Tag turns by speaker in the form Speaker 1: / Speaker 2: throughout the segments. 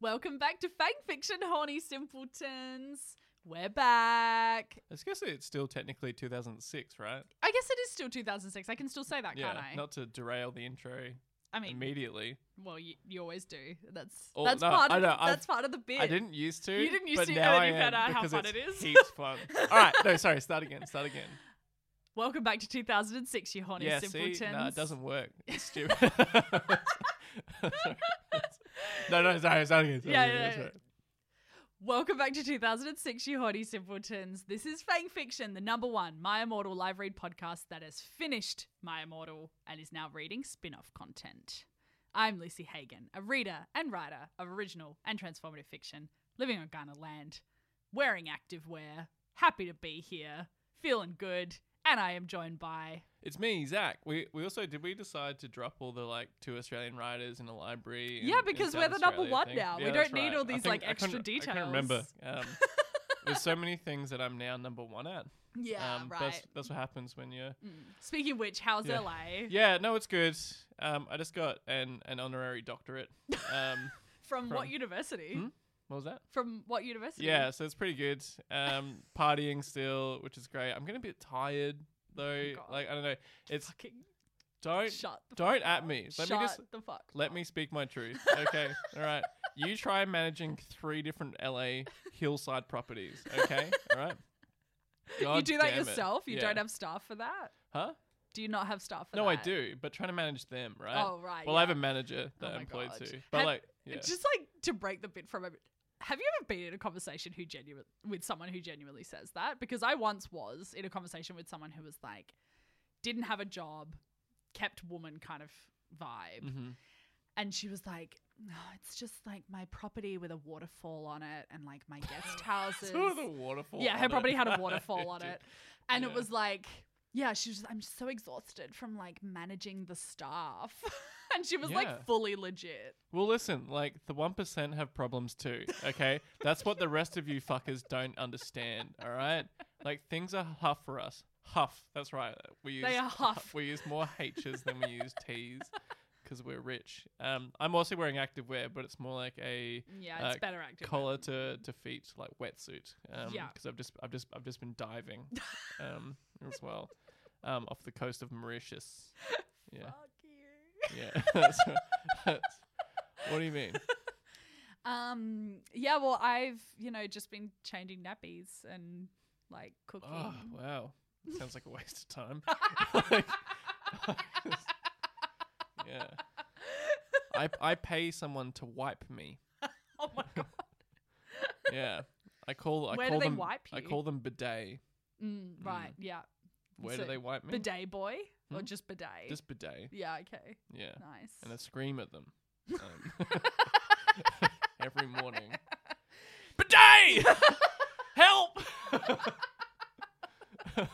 Speaker 1: Welcome back to Fang Fiction, Horny Simpletons. We're back.
Speaker 2: I guess it's still technically 2006, right?
Speaker 1: I guess it is still 2006. I can still say that,
Speaker 2: yeah.
Speaker 1: can't eh? I?
Speaker 2: Not to derail the intro
Speaker 1: I mean,
Speaker 2: immediately.
Speaker 1: well, you, you always do. That's
Speaker 2: Oh,
Speaker 1: that's
Speaker 2: no,
Speaker 1: part.
Speaker 2: I
Speaker 1: Of,
Speaker 2: know. I've-
Speaker 1: that's part of the bit.
Speaker 2: I didn't used to.
Speaker 1: You didn't used
Speaker 2: but
Speaker 1: to,
Speaker 2: Now
Speaker 1: and
Speaker 2: I
Speaker 1: you found
Speaker 2: am
Speaker 1: out how
Speaker 2: because
Speaker 1: fun
Speaker 2: it's
Speaker 1: it is.
Speaker 2: Heaps fun. All right. No, sorry. Start again. Start again.
Speaker 1: Welcome back to 2006, you horny
Speaker 2: yeah.
Speaker 1: simpletons.
Speaker 2: See, no, it doesn't work. It's stupid. no, no, sorry. Start again. Start
Speaker 1: Yeah,
Speaker 2: again.
Speaker 1: yeah,
Speaker 2: that's
Speaker 1: yeah.
Speaker 2: right.
Speaker 1: Welcome back to 2006, you horny simpletons. This is Fang Fiction, the number one My Immortal live read podcast that has finished My Immortal and is now reading spin off content. I'm Lucy Hagen, a reader and writer of original and transformative fiction, living on Ghana land, wearing active wear, happy to be here, feeling good, and I am joined by.
Speaker 2: It's me, Zach. We we also did we decide to drop all the like two Australian writers in a library. in-
Speaker 1: Yeah,
Speaker 2: in
Speaker 1: because
Speaker 2: South
Speaker 1: we're the number
Speaker 2: Australia, I
Speaker 1: one
Speaker 2: think.
Speaker 1: now. We
Speaker 2: Yeah,
Speaker 1: don't
Speaker 2: that's
Speaker 1: need
Speaker 2: right.
Speaker 1: all
Speaker 2: I
Speaker 1: these,
Speaker 2: think-
Speaker 1: like,
Speaker 2: I couldn't-
Speaker 1: extra
Speaker 2: I can't remember.
Speaker 1: details.
Speaker 2: Um, there's so many things that I'm now number one at.
Speaker 1: Yeah,
Speaker 2: um,
Speaker 1: right. Mm.
Speaker 2: That's, that's what happens when you're.
Speaker 1: Speaking of which, how's
Speaker 2: Yeah.
Speaker 1: LA?
Speaker 2: Yeah, no, it's good. Um, I just got an an honorary doctorate. Um,
Speaker 1: From, what
Speaker 2: From-
Speaker 1: university?
Speaker 2: Hmm? what was that?
Speaker 1: From what university?
Speaker 2: Yeah, so it's pretty good. Um, partying still, which is great. I'm getting a bit tired though.
Speaker 1: Oh God.
Speaker 2: like I don't know. It's
Speaker 1: Fucking
Speaker 2: don't
Speaker 1: shut the
Speaker 2: don't
Speaker 1: fuck
Speaker 2: at
Speaker 1: up.
Speaker 2: me. Let
Speaker 1: shut
Speaker 2: me just
Speaker 1: the fuck.
Speaker 2: let
Speaker 1: up.
Speaker 2: me speak my truth. Okay, all right. You try managing three different LA hillside properties. Okay, all right.
Speaker 1: You
Speaker 2: God
Speaker 1: do that
Speaker 2: damn it.
Speaker 1: yourself? You
Speaker 2: Yeah.
Speaker 1: don't have staff for that?
Speaker 2: huh?
Speaker 1: Do you not have staff for
Speaker 2: No,
Speaker 1: that?
Speaker 2: I do, but trying to manage them, right?
Speaker 1: Oh, right.
Speaker 2: Well,
Speaker 1: yeah.
Speaker 2: I have a manager that
Speaker 1: Oh
Speaker 2: I'm
Speaker 1: my
Speaker 2: employed
Speaker 1: God.
Speaker 2: to, but
Speaker 1: Have-
Speaker 2: like, yeah.
Speaker 1: Just like to break the bit from it. Have you ever been in a conversation who genu- with someone who genuinely says that? Because I once was in a conversation with someone who was like, didn't have a job, kept woman kind of vibe.
Speaker 2: hmm
Speaker 1: And she was like, no, it's just like my property with a waterfall on it and like my guest houses.
Speaker 2: Sort of the waterfall.
Speaker 1: Yeah,
Speaker 2: on
Speaker 1: her
Speaker 2: it.
Speaker 1: property had a waterfall on
Speaker 2: Dude.
Speaker 1: it. And it
Speaker 2: Yeah.
Speaker 1: was like, yeah, she was, I'm so exhausted from like managing the staff. and she was
Speaker 2: Yeah.
Speaker 1: like fully legit.
Speaker 2: Well, listen, like the one percent have problems too. Okay, that's what the rest of you fuckers don't understand. All right, like things are huff for us. Huff. That's right. We use
Speaker 1: They are huff.
Speaker 2: We use more H's than we use T's because we're rich. Um, I'm also wearing activewear, but it's more like a
Speaker 1: Yeah, it's
Speaker 2: Uh,
Speaker 1: better active.
Speaker 2: collar to, to feet like wetsuit. Um,
Speaker 1: Yeah.
Speaker 2: Because I've just I've just I've just been diving, um, as well, um, off the coast of Mauritius. Yeah,
Speaker 1: Fuck you.
Speaker 2: yeah. That's right. That's- what do you mean?
Speaker 1: Um, yeah, well, I've, you know, just been changing nappies and like cooking.
Speaker 2: Oh wow, sounds like a waste of time. Like, yeah. I I pay someone to wipe me.
Speaker 1: oh my God.
Speaker 2: Yeah. I call I
Speaker 1: Where do
Speaker 2: call
Speaker 1: they
Speaker 2: them
Speaker 1: wipe
Speaker 2: I
Speaker 1: you?
Speaker 2: call them bidet.
Speaker 1: Mm, right. Yeah.
Speaker 2: Where
Speaker 1: So,
Speaker 2: do they wipe me?
Speaker 1: Bidet boy or
Speaker 2: Hmm?
Speaker 1: just bidet?
Speaker 2: Just bidet.
Speaker 1: yeah. Okay.
Speaker 2: Yeah.
Speaker 1: Nice.
Speaker 2: and I scream at them um, every morning. Bidet! Help!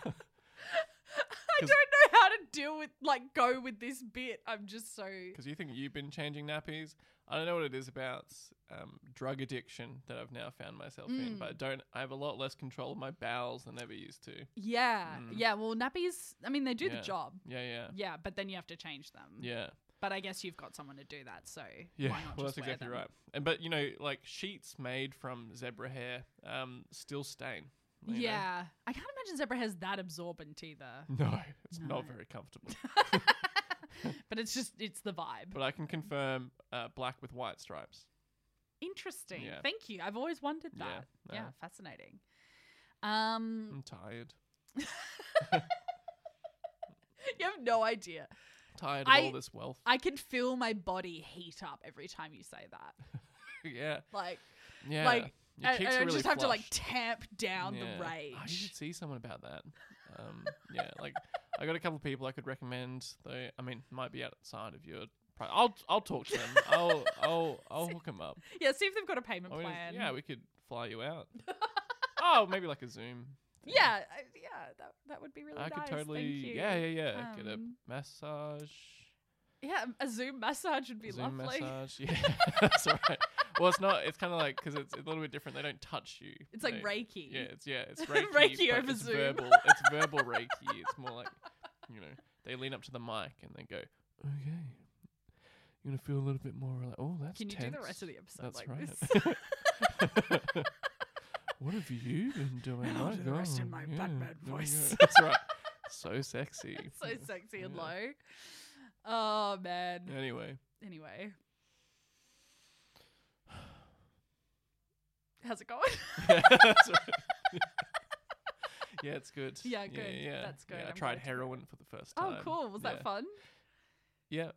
Speaker 1: I don't know how to deal with like go with this bit. I'm just so
Speaker 2: Because you think you've been changing nappies. I don't know what it is about um, drug addiction that I've now found myself in,
Speaker 1: Mm.
Speaker 2: but I don't. I have a lot less control of my bowels than I ever used to.
Speaker 1: yeah,
Speaker 2: Mm.
Speaker 1: yeah. Well, nappies. I mean, they do
Speaker 2: Yeah.
Speaker 1: the job.
Speaker 2: Yeah, yeah,
Speaker 1: Yeah, but then you have to change them.
Speaker 2: yeah,
Speaker 1: But I guess you've got someone to do that, so
Speaker 2: yeah.
Speaker 1: Why not
Speaker 2: Well,
Speaker 1: just
Speaker 2: that's
Speaker 1: wear
Speaker 2: exactly
Speaker 1: them?
Speaker 2: right. And but you know, like sheets made from zebra hair um, still stain. you know?
Speaker 1: Yeah, I can't imagine zebra has that absorbent either.
Speaker 2: No, it's not
Speaker 1: No.
Speaker 2: very comfortable.
Speaker 1: but it's just it's the vibe.
Speaker 2: But I can confirm uh, black with white stripes.
Speaker 1: Interesting.
Speaker 2: Yeah.
Speaker 1: Thank you. I've always wondered
Speaker 2: Yeah,
Speaker 1: that. Yeah,
Speaker 2: no.
Speaker 1: fascinating. Um,
Speaker 2: I'm tired. Mm.
Speaker 1: you have no idea.
Speaker 2: Tired of
Speaker 1: I-
Speaker 2: all this wealth.
Speaker 1: I can feel my body heat up every time you say that.
Speaker 2: yeah.
Speaker 1: Like,
Speaker 2: Yeah.
Speaker 1: like,
Speaker 2: Your
Speaker 1: I, I
Speaker 2: cheeks are really
Speaker 1: just have to like
Speaker 2: flushed.
Speaker 1: tamp down the
Speaker 2: Yeah.
Speaker 1: rage.
Speaker 2: I should see someone about that. Um, yeah, like I got a couple of people I could recommend. Though I mean, might be outside of your. Pri- I'll I'll talk to them. I'll I'll I'll hook them up.
Speaker 1: Yeah, see if they've got a payment
Speaker 2: I mean,
Speaker 1: plan.
Speaker 2: yeah, we could fly you out. oh, maybe like a Zoom. thing.
Speaker 1: yeah, I- yeah, that, that would be really
Speaker 2: I
Speaker 1: nice.
Speaker 2: could totally.
Speaker 1: Thank you.
Speaker 2: Yeah, yeah, yeah. Get a
Speaker 1: Um,
Speaker 2: massage.
Speaker 1: yeah, a Zoom massage would be
Speaker 2: Zoom
Speaker 1: lovely.
Speaker 2: massage. Yeah, that's right. Well, it's not. It's kind of like because it's a little bit different. They don't touch you.
Speaker 1: It's like
Speaker 2: They-
Speaker 1: Reiki.
Speaker 2: Yeah, it's yeah, it's Reiki.
Speaker 1: Reiki
Speaker 2: but
Speaker 1: over
Speaker 2: it's
Speaker 1: Zoom.
Speaker 2: Verbal, it's verbal Reiki. It's more like you know they lean up to the mic and they go, okay, You're gonna feel a little bit more like, oh, that's
Speaker 1: Can you do the
Speaker 2: tense.
Speaker 1: rest of the episode
Speaker 2: That's
Speaker 1: like
Speaker 2: right.
Speaker 1: this?
Speaker 2: What have you been doing?
Speaker 1: I'll
Speaker 2: my
Speaker 1: do the rest in
Speaker 2: God,
Speaker 1: my
Speaker 2: yeah,
Speaker 1: Batman
Speaker 2: there we go."
Speaker 1: voice.
Speaker 2: That's right. So sexy.
Speaker 1: so sexy and
Speaker 2: Yeah.
Speaker 1: low. Oh man.
Speaker 2: Anyway,
Speaker 1: Anyway. How's it going?
Speaker 2: yeah, that's right. yeah, it's good.
Speaker 1: Yeah, good.
Speaker 2: Yeah,
Speaker 1: That's good.
Speaker 2: Yeah, I
Speaker 1: I'm glad
Speaker 2: tried
Speaker 1: it's
Speaker 2: heroin for the first time.
Speaker 1: oh, cool. Was
Speaker 2: Yeah.
Speaker 1: that fun?
Speaker 2: Yeah.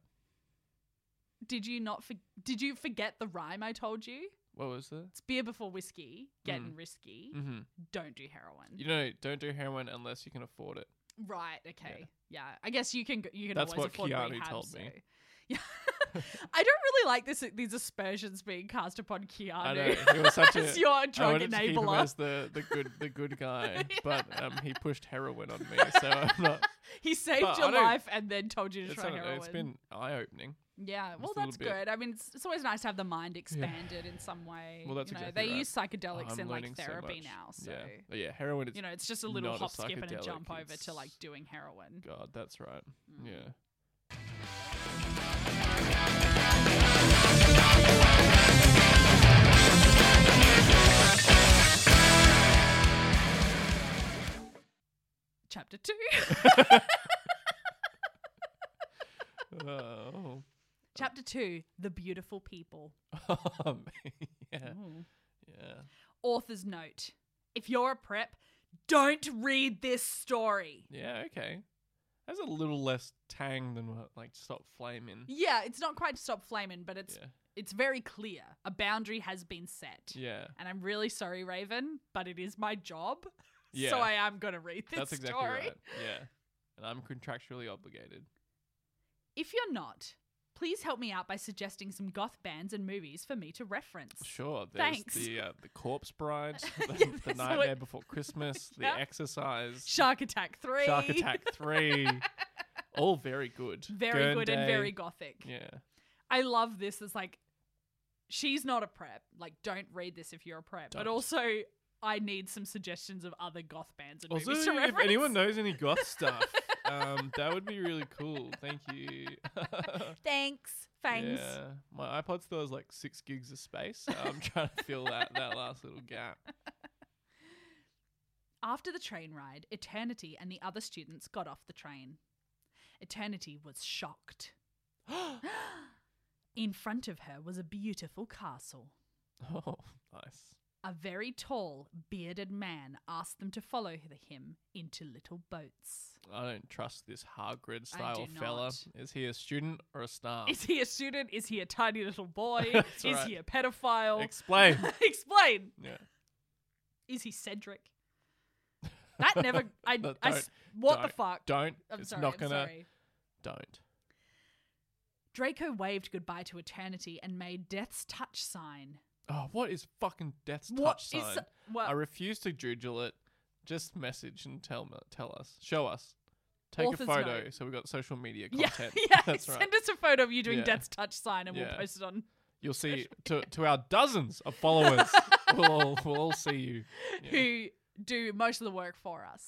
Speaker 1: Did you not? For- did you forget the rhyme I told you?
Speaker 2: What was that?
Speaker 1: It's beer before whiskey, getting risky.
Speaker 2: Mm-hmm.
Speaker 1: Don't do heroin.
Speaker 2: You know, don't do heroin unless you can afford it.
Speaker 1: Right. Okay. Yeah. I guess you can. go- You can
Speaker 2: That's
Speaker 1: always
Speaker 2: what
Speaker 1: afford
Speaker 2: Keanu
Speaker 1: rehab,
Speaker 2: told
Speaker 1: so-
Speaker 2: me.
Speaker 1: Yeah. I don't really like this. These aspersions being cast upon Keanu.
Speaker 2: I know he was such a.
Speaker 1: as your
Speaker 2: I
Speaker 1: drug
Speaker 2: wanted to keep him
Speaker 1: enabler.
Speaker 2: as the, the good the good guy,
Speaker 1: Yeah.
Speaker 2: but um, he pushed heroin on me, so I'm not.
Speaker 1: he saved
Speaker 2: But I
Speaker 1: your
Speaker 2: don't-
Speaker 1: life and then told you to
Speaker 2: It's,
Speaker 1: try
Speaker 2: not
Speaker 1: heroin.
Speaker 2: it's been eye opening.
Speaker 1: yeah, well,
Speaker 2: a little
Speaker 1: that's
Speaker 2: bit-
Speaker 1: good. I mean, it's, it's always nice to have the mind expanded in some way.
Speaker 2: Well, that's
Speaker 1: you know,
Speaker 2: exactly
Speaker 1: they
Speaker 2: right.
Speaker 1: use psychedelics
Speaker 2: I'm
Speaker 1: in like
Speaker 2: learning so
Speaker 1: therapy
Speaker 2: much.
Speaker 1: now, so
Speaker 2: yeah, But yeah, heroin is
Speaker 1: you know, it's just a little
Speaker 2: not a
Speaker 1: hop, skip, and a
Speaker 2: psychedelic,
Speaker 1: jump over to
Speaker 2: it's-
Speaker 1: like doing heroin.
Speaker 2: God, that's right. Yeah.
Speaker 1: Mm. Chapter two,
Speaker 2: Oh,
Speaker 1: chapter two, the beautiful people.
Speaker 2: yeah,
Speaker 1: Ooh.
Speaker 2: Oh, yeah.
Speaker 1: Author's note: If you're a prep, don't read this story.
Speaker 2: Yeah, okay. That's a little less tang than what, like, stop flaming.
Speaker 1: Yeah, it's not quite stop flaming, but it's
Speaker 2: Yeah.
Speaker 1: it's very clear. A boundary has been set.
Speaker 2: Yeah.
Speaker 1: And I'm really sorry, Raven, but it is my job.
Speaker 2: Yeah.
Speaker 1: So I am going to read this
Speaker 2: That's exactly
Speaker 1: story.
Speaker 2: right. Yeah. And I'm contractually obligated.
Speaker 1: If you're not, please help me out by suggesting some goth bands and movies for me to reference.
Speaker 2: Sure. There's
Speaker 1: Thanks.
Speaker 2: the uh, the corpse bride, the,
Speaker 1: Yeah,
Speaker 2: the
Speaker 1: that's what-
Speaker 2: nightmare before Christmas,
Speaker 1: Yeah.
Speaker 2: the exercise,
Speaker 1: Shark Attack 3.
Speaker 2: Shark Attack Three. all very good.
Speaker 1: Very
Speaker 2: Gurren
Speaker 1: good and
Speaker 2: Day.
Speaker 1: very gothic.
Speaker 2: Yeah.
Speaker 1: I love this. It's like, she's not a prep. Like, don't read this if you're a prep. But
Speaker 2: Don't.
Speaker 1: also, I need some suggestions of other goth bands and
Speaker 2: Also,
Speaker 1: movies to
Speaker 2: if
Speaker 1: reference.
Speaker 2: anyone knows any goth stuff, um, that would be really cool. Thank you.
Speaker 1: Thanks. Thanks.
Speaker 2: Yeah, my iPod still has like six gigs of space. So I'm trying to fill that that last little gap.
Speaker 1: After the train ride, Eternity and the other students got off the train. Eternity was shocked. In front of her was a beautiful castle.
Speaker 2: Oh, nice.
Speaker 1: A very tall, bearded man asked them to follow h- him into little boats.
Speaker 2: I don't trust this Hargrid style
Speaker 1: do
Speaker 2: fella.
Speaker 1: not.
Speaker 2: Is he a student or a star?
Speaker 1: Is he a student? Is he a tiny little boy?
Speaker 2: Oh. That's
Speaker 1: Is
Speaker 2: right.
Speaker 1: he a pedophile?
Speaker 2: Explain.
Speaker 1: Explain.
Speaker 2: yeah.
Speaker 1: Is he Cedric? That never. I.
Speaker 2: But
Speaker 1: I s- what the
Speaker 2: don't-
Speaker 1: fuck?
Speaker 2: Don't.
Speaker 1: I'm
Speaker 2: it's
Speaker 1: sorry.
Speaker 2: not
Speaker 1: I'm
Speaker 2: gonna.
Speaker 1: sorry.
Speaker 2: Don't.
Speaker 1: Draco waved goodbye to eternity and made Death's touch sign.
Speaker 2: Oh, what is fucking death's
Speaker 1: What
Speaker 2: touch
Speaker 1: is
Speaker 2: sign?
Speaker 1: well,
Speaker 2: I refuse to doodle it. Just message and tell me- tell us. Show us. Take
Speaker 1: Author's
Speaker 2: a photo
Speaker 1: note.
Speaker 2: so we've got social media
Speaker 1: yeah,
Speaker 2: content.
Speaker 1: yeah.
Speaker 2: That's right.
Speaker 1: Send us a photo of you doing
Speaker 2: Yeah.
Speaker 1: Death's touch sign, and we'll
Speaker 2: Yeah.
Speaker 1: post it on.
Speaker 2: You'll see to, to our dozens of followers. we'll, all, we'll all see you. Yeah.
Speaker 1: Who do most of the work for us?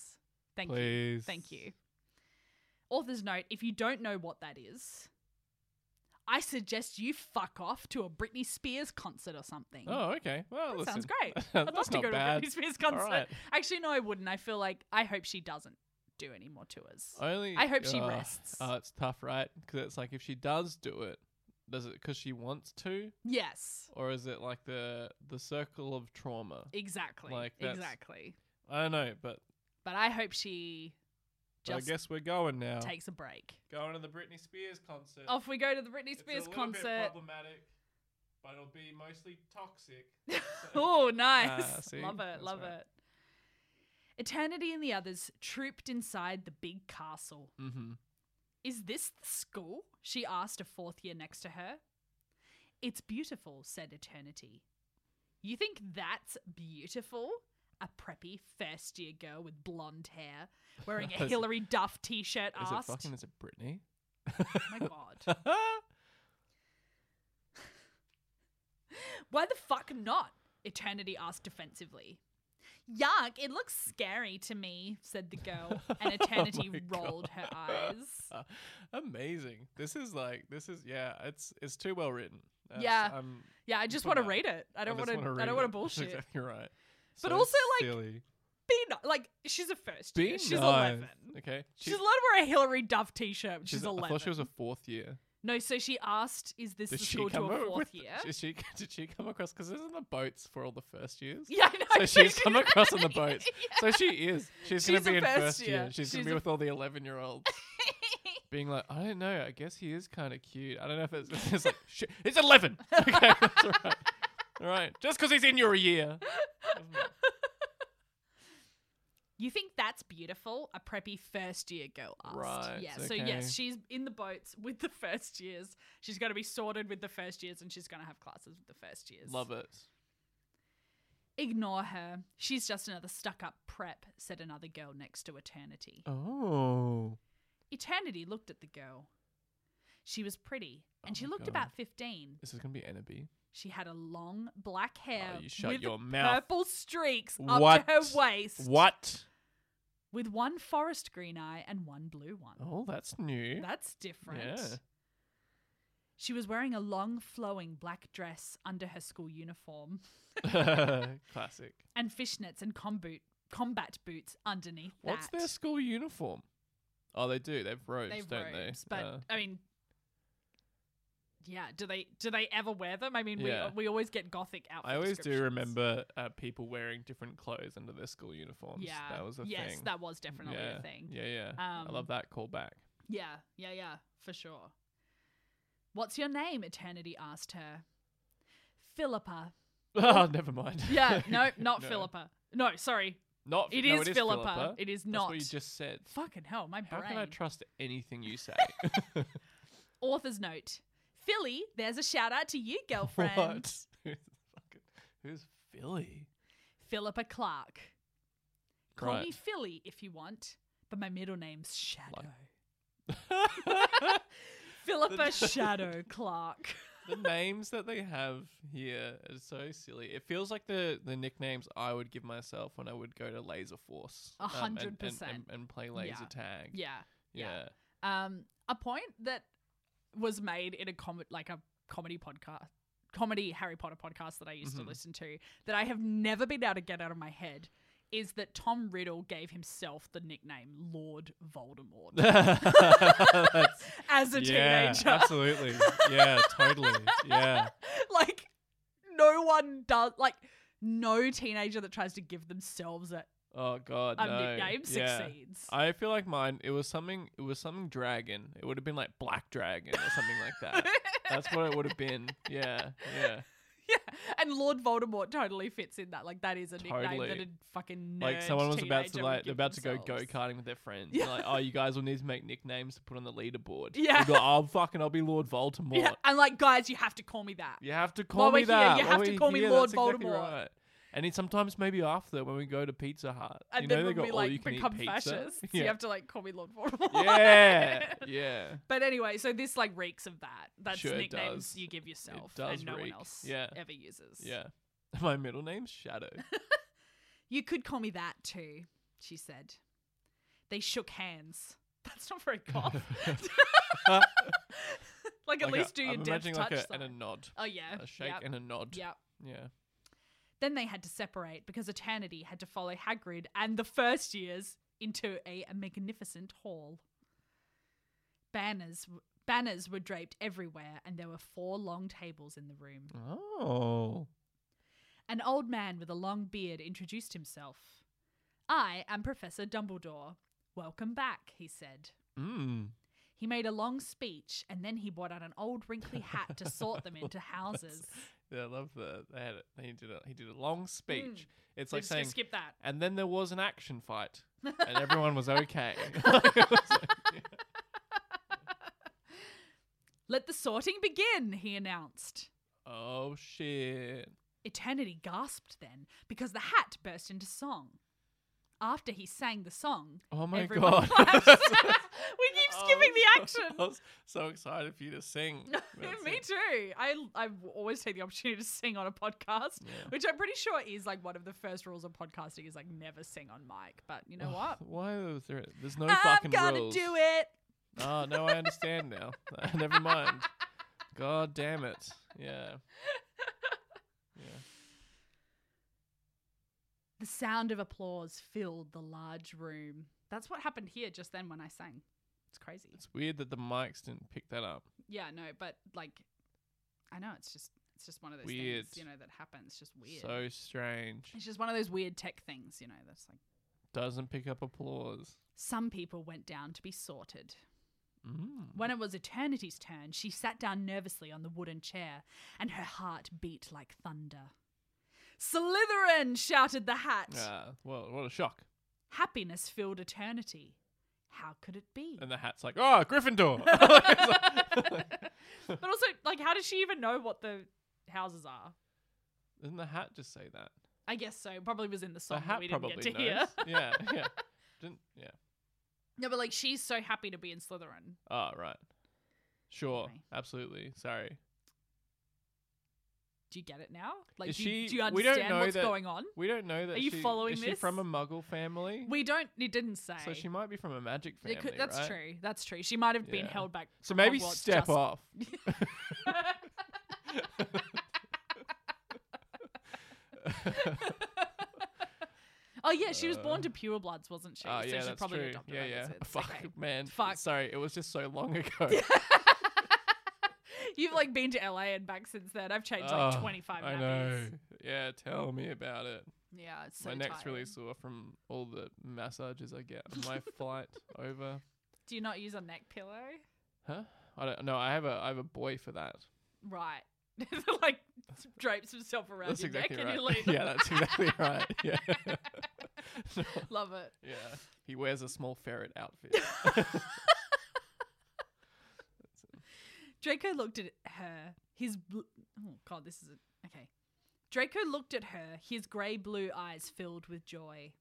Speaker 1: Thank you.
Speaker 2: Please.
Speaker 1: Thank you. Author's note: If you don't know what that is, I suggest you fuck off to a Britney Spears concert or something.
Speaker 2: Oh, okay. Well,
Speaker 1: that
Speaker 2: listen.
Speaker 1: sounds great. I'd
Speaker 2: That's
Speaker 1: love to
Speaker 2: not
Speaker 1: go
Speaker 2: bad.
Speaker 1: to a Britney Spears concert.
Speaker 2: right.
Speaker 1: Actually, no, I wouldn't. I feel like I hope she doesn't do any more tours.
Speaker 2: Only.
Speaker 1: I hope she
Speaker 2: oh,
Speaker 1: rests.
Speaker 2: Oh, it's tough, right? Because it's like if she does do it, does it because she wants to,
Speaker 1: Yes.
Speaker 2: or is it like the the circle of trauma?
Speaker 1: Exactly.
Speaker 2: Like, that's-
Speaker 1: exactly.
Speaker 2: I don't know, but,
Speaker 1: But I hope she
Speaker 2: but I
Speaker 1: just
Speaker 2: guess we're going now.
Speaker 1: takes a break.
Speaker 2: Going to the Britney Spears concert.
Speaker 1: Off we go to the Oh, Britney
Speaker 2: It's a
Speaker 1: Spears
Speaker 2: little bit
Speaker 1: concert.
Speaker 2: problematic, but it'll be mostly toxic.
Speaker 1: Oh, nice.
Speaker 2: Ah, see?
Speaker 1: love it.
Speaker 2: That's
Speaker 1: love
Speaker 2: right.
Speaker 1: it. Eternity and the others trooped inside the big castle.
Speaker 2: mm-hmm.
Speaker 1: Is this the school? She asked a fourth year next to her. It's beautiful, said Eternity. You think that's beautiful? A preppy first year girl with blonde hair wearing
Speaker 2: Is
Speaker 1: a
Speaker 2: it-
Speaker 1: Hillary Duff t shirt
Speaker 2: Is it
Speaker 1: asked.
Speaker 2: fucking? Is it Britney?
Speaker 1: Oh my god. Why the fuck not? Eternity asked defensively. Yuck, it looks scary to me, said the girl, and Eternity
Speaker 2: Oh my
Speaker 1: rolled her eyes.
Speaker 2: Amazing. This is like this is yeah. It's it's too well written. That's-
Speaker 1: Yeah.
Speaker 2: I'm-
Speaker 1: Yeah, I just
Speaker 2: Well,
Speaker 1: want to
Speaker 2: no.
Speaker 1: read it. I don't want
Speaker 2: just wanna
Speaker 1: to. I
Speaker 2: read
Speaker 1: don't
Speaker 2: it.
Speaker 1: want to
Speaker 2: That's
Speaker 1: bullshit.
Speaker 2: Exactly right.
Speaker 1: But
Speaker 2: So
Speaker 1: also, like,
Speaker 2: silly.
Speaker 1: Be ni- like she's a first.
Speaker 2: Be
Speaker 1: year. She's
Speaker 2: nice.
Speaker 1: eleven.
Speaker 2: Okay.
Speaker 1: She's allowed to wear a Hillary Duff T-shirt. She's,
Speaker 2: she's a-
Speaker 1: eleven.
Speaker 2: I thought she was a fourth year.
Speaker 1: no, so she asked, "Is this
Speaker 2: Did
Speaker 1: the
Speaker 2: she
Speaker 1: school to
Speaker 2: come
Speaker 1: a
Speaker 2: over
Speaker 1: fourth
Speaker 2: with?
Speaker 1: year?"
Speaker 2: Did she did she come across? Because isn't the boats for all the first years?
Speaker 1: Yeah, I know.
Speaker 2: So she's come across on the boats. So she is. She's, gonna
Speaker 1: She's a
Speaker 2: be in
Speaker 1: first
Speaker 2: first year.
Speaker 1: year.
Speaker 2: She's, gonna
Speaker 1: She's
Speaker 2: be
Speaker 1: a-
Speaker 2: with all the eleven year olds. Being like, I don't know. I guess he is kind of cute. I don't know if it's, it's like, shit, it's eleven. Okay, that's all right. All right, just because he's in your year.
Speaker 1: You think that's beautiful? A preppy first year girl asked.
Speaker 2: Right,
Speaker 1: Yeah. So yes,
Speaker 2: okay.
Speaker 1: she's in the boats with the first years. She's going to be sorted with the first years, and she's going to have classes with the first years.
Speaker 2: Love it.
Speaker 1: Ignore her. She's just another stuck-up prep," said another girl next to Eternity.
Speaker 2: Oh,
Speaker 1: Eternity looked at the girl. She was pretty, and
Speaker 2: Oh
Speaker 1: she
Speaker 2: my
Speaker 1: looked
Speaker 2: God.
Speaker 1: about fifteen.
Speaker 2: this is gonna be Enderby.
Speaker 1: She had a long black hair
Speaker 2: Oh, you shut
Speaker 1: with
Speaker 2: your mouth.
Speaker 1: purple streaks up
Speaker 2: What?
Speaker 1: to her waist.
Speaker 2: What?
Speaker 1: With one forest green eye and one blue one.
Speaker 2: Oh, that's new.
Speaker 1: That's different.
Speaker 2: Yeah.
Speaker 1: She was wearing a long, flowing black dress under her school uniform
Speaker 2: Classic.
Speaker 1: and fishnets and comboot, combat boots underneath
Speaker 2: What's
Speaker 1: that.
Speaker 2: their school uniform? Oh, they do. They've robes,
Speaker 1: They've
Speaker 2: don't
Speaker 1: robes,
Speaker 2: they?
Speaker 1: but
Speaker 2: Uh, Yeah.
Speaker 1: I mean, yeah. Do they do they ever wear them? I mean,
Speaker 2: Yeah.
Speaker 1: we we always get gothic outfits.
Speaker 2: I always do remember uh, people wearing different clothes under their school uniforms.
Speaker 1: Yeah,
Speaker 2: that was a
Speaker 1: yes,
Speaker 2: thing.
Speaker 1: that was definitely
Speaker 2: yeah.
Speaker 1: a thing.
Speaker 2: Yeah, yeah. I
Speaker 1: Um,
Speaker 2: love that callback.
Speaker 1: Yeah, yeah, yeah, for sure. What's your name? Eternity asked her. Philippa.
Speaker 2: Oh, never mind.
Speaker 1: Yeah, no, not
Speaker 2: No.
Speaker 1: Philippa. No, sorry.
Speaker 2: Not
Speaker 1: It is
Speaker 2: no, it is
Speaker 1: Philippa.
Speaker 2: Philippa.
Speaker 1: It is
Speaker 2: That's
Speaker 1: not.
Speaker 2: what you just said.
Speaker 1: Fucking hell, my
Speaker 2: How
Speaker 1: brain.
Speaker 2: can I trust anything you say?
Speaker 1: Author's note. Philly, there's a shout out to you, girlfriend.
Speaker 2: what? Who's, fucking, who's Philly?
Speaker 1: Philippa Clark. Call
Speaker 2: Right.
Speaker 1: me Philly if you want, but my middle name's Shadow. Philippa Shadow Clark.
Speaker 2: the names that they have here are so silly. It feels like the the nicknames I would give myself when I would go to Laser Force.
Speaker 1: A
Speaker 2: um, and-
Speaker 1: hundred
Speaker 2: and-
Speaker 1: percent.
Speaker 2: and- And play laser
Speaker 1: Yeah.
Speaker 2: tag.
Speaker 1: Yeah.
Speaker 2: Yeah.
Speaker 1: Um, a point that was made in a com- like a comedy podcast, comedy Harry Potter podcast that I used
Speaker 2: Mhm.
Speaker 1: to listen to that I have never been able to get out of my head is that Tom Riddle gave himself the nickname Lord Voldemort
Speaker 2: That's-
Speaker 1: as a
Speaker 2: yeah,
Speaker 1: teenager.
Speaker 2: absolutely. Yeah, totally. Yeah.
Speaker 1: like no one does like no teenager that tries to give themselves a,
Speaker 2: Oh god,
Speaker 1: a
Speaker 2: no.
Speaker 1: nickname
Speaker 2: yeah.
Speaker 1: succeeds.
Speaker 2: I feel like mine. It was something. It was something dragon. It would have been like black dragon or something like that. That's what it would have been. Yeah, yeah.
Speaker 1: yeah, and Lord Voldemort totally fits in that. Like that is a nickname that
Speaker 2: Totally.
Speaker 1: a fucking nerd
Speaker 2: like someone was about
Speaker 1: teenager would
Speaker 2: to like
Speaker 1: give
Speaker 2: about to go go
Speaker 1: themselves.
Speaker 2: karting with their friends.
Speaker 1: Yeah.
Speaker 2: They're Like, oh, you guys will need to make nicknames to put on the leaderboard.
Speaker 1: Yeah.
Speaker 2: They'd be like, oh, fucking, I'll be Lord Voldemort.
Speaker 1: Yeah, and like guys, you have to call me that.
Speaker 2: You have to
Speaker 1: While
Speaker 2: call
Speaker 1: we're here,
Speaker 2: me that.
Speaker 1: you
Speaker 2: While
Speaker 1: have to
Speaker 2: we're
Speaker 1: call me
Speaker 2: here,
Speaker 1: Lord
Speaker 2: that's exactly
Speaker 1: Voldemort.
Speaker 2: right. And then sometimes maybe after when we go to Pizza Hut,
Speaker 1: And
Speaker 2: you
Speaker 1: then
Speaker 2: know they
Speaker 1: when
Speaker 2: got
Speaker 1: we
Speaker 2: all you
Speaker 1: like
Speaker 2: can
Speaker 1: become
Speaker 2: eat pizza.
Speaker 1: fascists,
Speaker 2: yeah.
Speaker 1: you have to like call me Lord Voldemort.
Speaker 2: yeah, yeah.
Speaker 1: But anyway, so this like reeks of that. That's
Speaker 2: Sure
Speaker 1: nicknames
Speaker 2: does.
Speaker 1: you give yourself
Speaker 2: does
Speaker 1: and no one
Speaker 2: reek.
Speaker 1: else
Speaker 2: Yeah.
Speaker 1: ever uses.
Speaker 2: Yeah. My middle name's Shadow.
Speaker 1: You could call me that too, she said. They shook hands. That's not very goth. like at
Speaker 2: Like a-
Speaker 1: least do your
Speaker 2: I'm
Speaker 1: dance
Speaker 2: imagining like
Speaker 1: touch.
Speaker 2: a, and a nod,
Speaker 1: oh yeah.
Speaker 2: a shake
Speaker 1: yep,
Speaker 2: and a nod.
Speaker 1: yep.
Speaker 2: Yeah.
Speaker 1: Then they had to separate because Eternity had to follow Hagrid and the first years into a, magnificent hall. Banners banners were draped everywhere and there were four long tables in the room.
Speaker 2: Oh.
Speaker 1: An old man with a long beard introduced himself. I am Professor Dumbledore. Welcome back, he said.
Speaker 2: Mm.
Speaker 1: He made a long speech and then he brought out an old wrinkly hat to sort them into houses.
Speaker 2: Yeah, I love the they had it. He did a he did a long speech. It's
Speaker 1: So
Speaker 2: like
Speaker 1: Hmm. just gonna
Speaker 2: saying,
Speaker 1: skip that.
Speaker 2: and then there was an action fight, and everyone was okay. It was like,
Speaker 1: Let the sorting begin, he announced.
Speaker 2: oh shit!
Speaker 1: Eternity gasped then because the hat burst into song. After he sang the song,
Speaker 2: Oh my
Speaker 1: everyone
Speaker 2: god! Oh,
Speaker 1: clapped. we keep skipping the action.
Speaker 2: I was so excited for you to sing. That's
Speaker 1: Me
Speaker 2: it.
Speaker 1: too. I I always take the opportunity to sing on a podcast,
Speaker 2: Yeah.
Speaker 1: which I'm pretty sure is like one of the first rules of podcasting is like never sing on mic. But you know what?
Speaker 2: Why is there? There's Oh, no
Speaker 1: I'm
Speaker 2: fucking
Speaker 1: gonna
Speaker 2: rules.
Speaker 1: do it.
Speaker 2: Oh, no, I understand now. Never mind. God damn it. Yeah. Yeah.
Speaker 1: The sound of applause filled the large room. That's what happened here just then when I sang. It's crazy.
Speaker 2: It's weird that the mics didn't pick that up.
Speaker 1: Yeah, no, but like, I know it's just it's just one of those
Speaker 2: Weird.
Speaker 1: things you know that happens. Just weird.
Speaker 2: So strange.
Speaker 1: it's just one of those weird tech things, you know. That's like
Speaker 2: Doesn't pick up applause.
Speaker 1: some people went down to be sorted.
Speaker 2: Mm.
Speaker 1: When it was Eternity's turn, she sat down nervously on the wooden chair, and her heart beat like thunder. Slytherin! shouted the hat.
Speaker 2: Ah, well, what a shock.
Speaker 1: Happiness filled Eternity. How could it be?
Speaker 2: And the hat's like, oh, Gryffindor.
Speaker 1: but also, like, how does she even know what the houses are?
Speaker 2: Didn't the hat just say that?
Speaker 1: I guess so. Probably was in the
Speaker 2: The
Speaker 1: song that
Speaker 2: hat
Speaker 1: we didn't
Speaker 2: probably
Speaker 1: get to
Speaker 2: knows.
Speaker 1: hear.
Speaker 2: Yeah, yeah. Didn't, yeah.
Speaker 1: No, but like, she's so happy to be in Slytherin.
Speaker 2: Oh, right. Sure.
Speaker 1: Anyway.
Speaker 2: Absolutely. Sorry.
Speaker 1: Do you get it now? Like,
Speaker 2: Is
Speaker 1: do, you-
Speaker 2: she-
Speaker 1: do you
Speaker 2: we don't
Speaker 1: understand
Speaker 2: know
Speaker 1: what's
Speaker 2: that-
Speaker 1: going on?
Speaker 2: We don't know that
Speaker 1: Are you
Speaker 2: she,
Speaker 1: following
Speaker 2: is she
Speaker 1: this?
Speaker 2: from a muggle family?
Speaker 1: We don't. It didn't say.
Speaker 2: so she might be from a magic
Speaker 1: It
Speaker 2: family.
Speaker 1: could- that's
Speaker 2: right?
Speaker 1: true. That's true. She might have been
Speaker 2: Yeah.
Speaker 1: held back.
Speaker 2: So
Speaker 1: from
Speaker 2: maybe
Speaker 1: Hogwarts
Speaker 2: step
Speaker 1: just-
Speaker 2: off. Ah,
Speaker 1: oh yeah, she was born
Speaker 2: Uh,
Speaker 1: to purebloods, wasn't she?
Speaker 2: Oh,
Speaker 1: so
Speaker 2: yeah,
Speaker 1: she's
Speaker 2: that's
Speaker 1: probably
Speaker 2: true.
Speaker 1: adopted.
Speaker 2: Yeah,
Speaker 1: right?
Speaker 2: yeah.
Speaker 1: So it's
Speaker 2: Fuck,
Speaker 1: okay.
Speaker 2: man.
Speaker 1: Fuck.
Speaker 2: Sorry, it was just so long ago.
Speaker 1: You've like been to LA and back since then. I've changed like
Speaker 2: Oh,
Speaker 1: twenty five.
Speaker 2: I know. Yeah, tell me about it.
Speaker 1: Yeah, it's so
Speaker 2: my neck's really
Speaker 1: tiring.
Speaker 2: sore from all the massages I get on my flight over.
Speaker 1: Do you not use a neck pillow?
Speaker 2: Huh? I don't know. I have a I have a boy for that.
Speaker 1: Right. like drapes himself around
Speaker 2: that's
Speaker 1: your
Speaker 2: exactly
Speaker 1: neck
Speaker 2: right.
Speaker 1: and you lean.
Speaker 2: yeah, that's exactly right. Yeah. No,
Speaker 1: Love it.
Speaker 2: yeah. He wears a small ferret outfit.
Speaker 1: Draco looked at her. His bl- oh god, this is a- okay. Draco looked at her, his grey blue eyes filled with joy.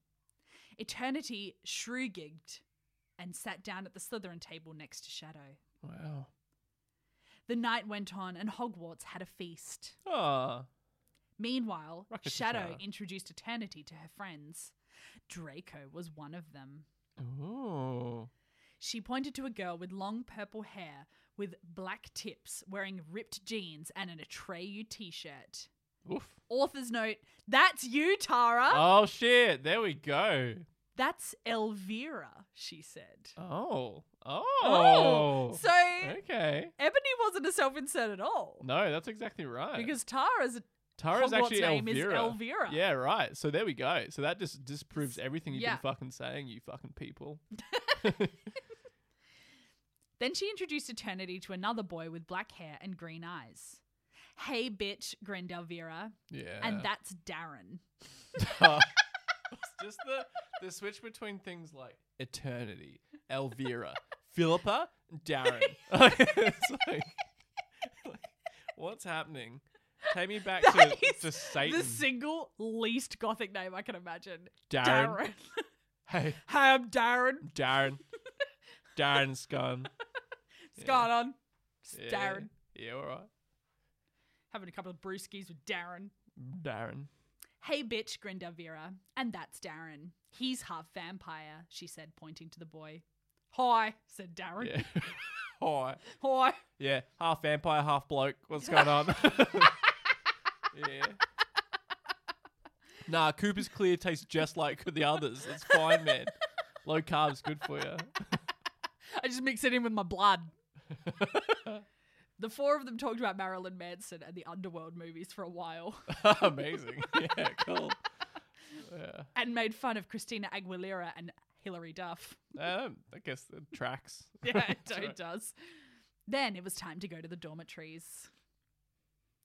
Speaker 1: Eternity shrugged and sat down at the Slytherin table next to Shadow.
Speaker 2: wow.
Speaker 1: The night went on, and Hogwarts had a feast.
Speaker 2: Ah.
Speaker 1: Meanwhile,
Speaker 2: Ruckus and
Speaker 1: Shadow
Speaker 2: Shadow.
Speaker 1: introduced Eternity to her friends. Draco was one of them.
Speaker 2: Ooh.
Speaker 1: She pointed to a girl with long purple hair with black tips, wearing ripped jeans and an Atreyu t shirt.
Speaker 2: Oof.
Speaker 1: Author's note That's you, Tara.
Speaker 2: Oh shit! There we go.
Speaker 1: That's Elvira, she said.
Speaker 2: Oh. Oh.
Speaker 1: Oh, So
Speaker 2: okay.
Speaker 1: Ebony wasn't a self insert at all.
Speaker 2: No, that's exactly right.
Speaker 1: Because Tara's
Speaker 2: Tara's
Speaker 1: Hogwarts
Speaker 2: actually
Speaker 1: name
Speaker 2: Elvira.
Speaker 1: is Elvira.
Speaker 2: Yeah, right. So there we go. So that just disproves everything you've
Speaker 1: yeah.
Speaker 2: been fucking saying, you fucking people.
Speaker 1: Then she introduced Eternity to another boy with black hair and green eyes. Hey, bitch, grinned Elvira.
Speaker 2: Yeah.
Speaker 1: And that's Darren.
Speaker 2: it's just the the switch between things like eternity, Elvira, Philippa, Darren. it's like, like, what's happening? Take me back to,
Speaker 1: That is
Speaker 2: to Satan,
Speaker 1: The single least gothic name I can imagine.
Speaker 2: Darren.
Speaker 1: Darren.
Speaker 2: Hey,
Speaker 1: hey, I'm Darren.
Speaker 2: Darren. Darren's gone.
Speaker 1: What's going on? It's
Speaker 2: Yeah.
Speaker 1: Darren.
Speaker 2: Yeah, all right.
Speaker 1: Having a couple of brewskis with Darren.
Speaker 2: Darren.
Speaker 1: Hey, bitch, grinned Elvira. And that's Darren. He's half vampire, she said, pointing to the boy. Hi, said Darren.
Speaker 2: Yeah. Hi.
Speaker 1: Hi.
Speaker 2: Yeah, half vampire, half bloke. What's going on? yeah. Nah, Cooper's Clear tastes just like the others. It's fine, man. Low carbs, good for you.
Speaker 1: I just mix it in with my blood. the four of them talked about Marilyn Manson and the underworld movies for a while
Speaker 2: Amazing. Yeah, cool. Yeah.
Speaker 1: and made fun of Christina Aguilera and Hilary Duff.
Speaker 2: Um, I guess the tracks.
Speaker 1: Yeah, it,
Speaker 2: That's
Speaker 1: it
Speaker 2: right.
Speaker 1: does. Then it was time to go to the dormitories.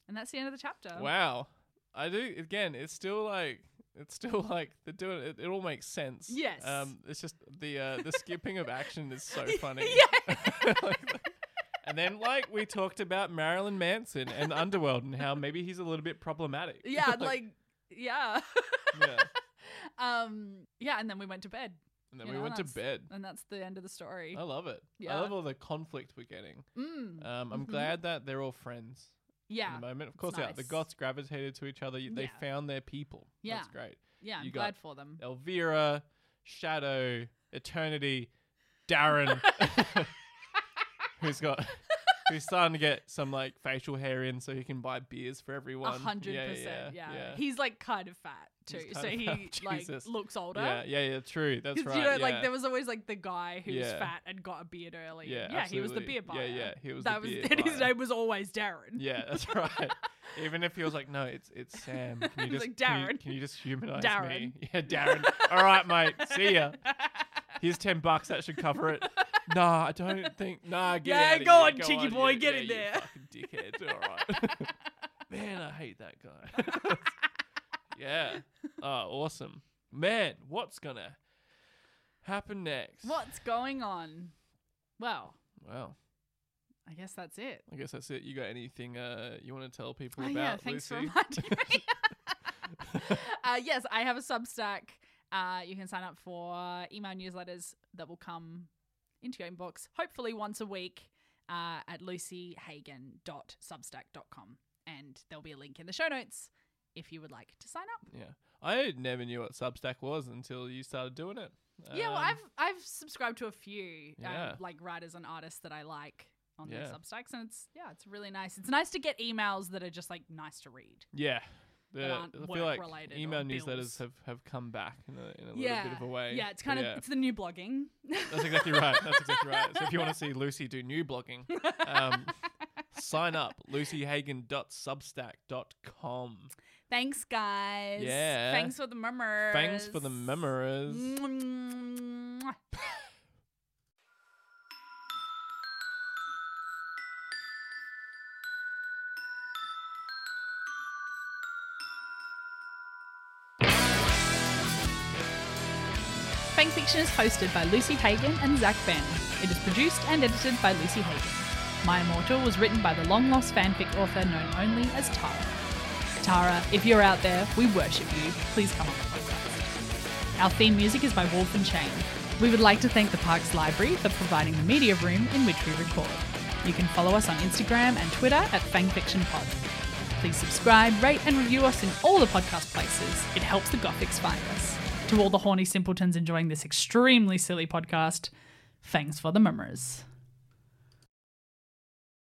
Speaker 1: And that's the end of the chapter.
Speaker 2: Wow. I do again, it's still like it's still like they're doing it, it all makes sense.
Speaker 1: Yes.
Speaker 2: Um it's just the uh the skipping of action is so funny.
Speaker 1: Yeah.
Speaker 2: And then, like, we talked about Marilyn Manson and Underworld and how maybe he's a little bit problematic.
Speaker 1: Yeah, like yeah.
Speaker 2: yeah.
Speaker 1: Um yeah, and then we went to bed.
Speaker 2: And then
Speaker 1: You
Speaker 2: we
Speaker 1: know,
Speaker 2: went to
Speaker 1: that's-
Speaker 2: bed.
Speaker 1: And that's the end of the story.
Speaker 2: I love it.
Speaker 1: Yeah.
Speaker 2: I love all the conflict we're getting.
Speaker 1: Mm.
Speaker 2: Um, I'm
Speaker 1: Mhm.
Speaker 2: glad that they're all friends
Speaker 1: Yeah.
Speaker 2: at the moment. Of course, they are. the
Speaker 1: nice.
Speaker 2: Goths gravitated to each other. You- They
Speaker 1: Yeah.
Speaker 2: found their people.
Speaker 1: Yeah.
Speaker 2: That's great.
Speaker 1: Yeah. I'm
Speaker 2: you got-
Speaker 1: glad for them.
Speaker 2: Elvira, Shadow, Eternity, Darren, who's got who's starting to get some like facial hair in, so he can buy beers for
Speaker 1: A
Speaker 2: everyone.
Speaker 1: hundred
Speaker 2: Yeah,
Speaker 1: percent.
Speaker 2: Yeah,
Speaker 1: Yeah.
Speaker 2: yeah.
Speaker 1: He's like kind of fat too.
Speaker 2: He's kind
Speaker 1: so
Speaker 2: of
Speaker 1: he
Speaker 2: fat.
Speaker 1: like
Speaker 2: Jesus.
Speaker 1: looks older.
Speaker 2: yeah, yeah, yeah, True. That's
Speaker 1: 'Cause,
Speaker 2: right.
Speaker 1: you know,
Speaker 2: yeah.
Speaker 1: like there was always like the guy who was
Speaker 2: Yeah.
Speaker 1: fat and got a beard early.
Speaker 2: yeah,
Speaker 1: he was the
Speaker 2: absolutely.
Speaker 1: beer buyer.
Speaker 2: Yeah, yeah, he was
Speaker 1: that
Speaker 2: the
Speaker 1: was
Speaker 2: beer
Speaker 1: and his
Speaker 2: buyer.
Speaker 1: name was always Darren.
Speaker 2: Yeah, that's right. Even if he was like, no, it's it's Sam. Can you
Speaker 1: He's
Speaker 2: just
Speaker 1: like,
Speaker 2: can you-
Speaker 1: "Darren."
Speaker 2: Can you, just humanize
Speaker 1: Darren.
Speaker 2: me? Yeah, Darren. All right, mate. See ya. Here's ten bucks. That should cover it. Nah, I don't think. Nah, get
Speaker 1: Yeah,
Speaker 2: out of
Speaker 1: go
Speaker 2: here.
Speaker 1: on, cheeky boy,
Speaker 2: yeah,
Speaker 1: get
Speaker 2: yeah,
Speaker 1: in
Speaker 2: you
Speaker 1: there.
Speaker 2: fucking dickhead. All right. Man, I hate that guy. yeah. Oh, awesome. Man, what's gonna happen next?
Speaker 1: What's going on? Well,
Speaker 2: Wow.
Speaker 1: I guess that's it.
Speaker 2: I guess that's it. You got anything uh you want to tell people
Speaker 1: Oh,
Speaker 2: about
Speaker 1: yeah, thanks
Speaker 2: Lucy?
Speaker 1: for reminding me. uh, yes, I have a Substack. Uh, you can sign up for email newsletters that will come into your inbox hopefully once a week uh, at lucyhagen.substack.com. And there'll be a link in the show notes if you would like to sign up.
Speaker 2: Yeah. I never knew what Substack was until you started doing it.
Speaker 1: yeah, well,
Speaker 2: Um,
Speaker 1: I've I've subscribed to a few
Speaker 2: yeah.
Speaker 1: um, like writers and artists that I like on their
Speaker 2: Yeah.
Speaker 1: Substacks, and it's yeah, it's really nice. It's nice to get emails that are just like nice to read.
Speaker 2: Yeah.
Speaker 1: that
Speaker 2: The-
Speaker 1: aren't
Speaker 2: I feel like
Speaker 1: work-related or
Speaker 2: email
Speaker 1: bills.
Speaker 2: newsletters have, have come back in a, in a
Speaker 1: yeah,
Speaker 2: little bit of a way.
Speaker 1: yeah, it's
Speaker 2: But
Speaker 1: kind of
Speaker 2: yeah.
Speaker 1: it's the new blogging.
Speaker 2: That's exactly right. That's exactly right. So if you want to see Lucy do new blogging, um, sign up lucyhagen.substack.com.
Speaker 1: Thanks, guys.
Speaker 2: Yeah.
Speaker 1: Thanks for the murmurs.
Speaker 2: Thanks for the memories.
Speaker 1: Mwah. Fang Fiction is hosted by Lucy Hagen and Zach Ben. It is produced and edited by Lucy Hagen. My Immortal was written by the long lost fanfic author known only as Tara. Tara, if you're out there, we worship you. Please come on the podcast. Our theme music is by Wolf and Chain. We would like to thank the Parks Library for providing the media room in which we record. You can follow us on Instagram and Twitter at FangFictionPod. Please subscribe, rate, and review us in all the podcast places. It helps the Gothics find us. To all the horny simpletons enjoying this extremely silly podcast, thanks for the memories.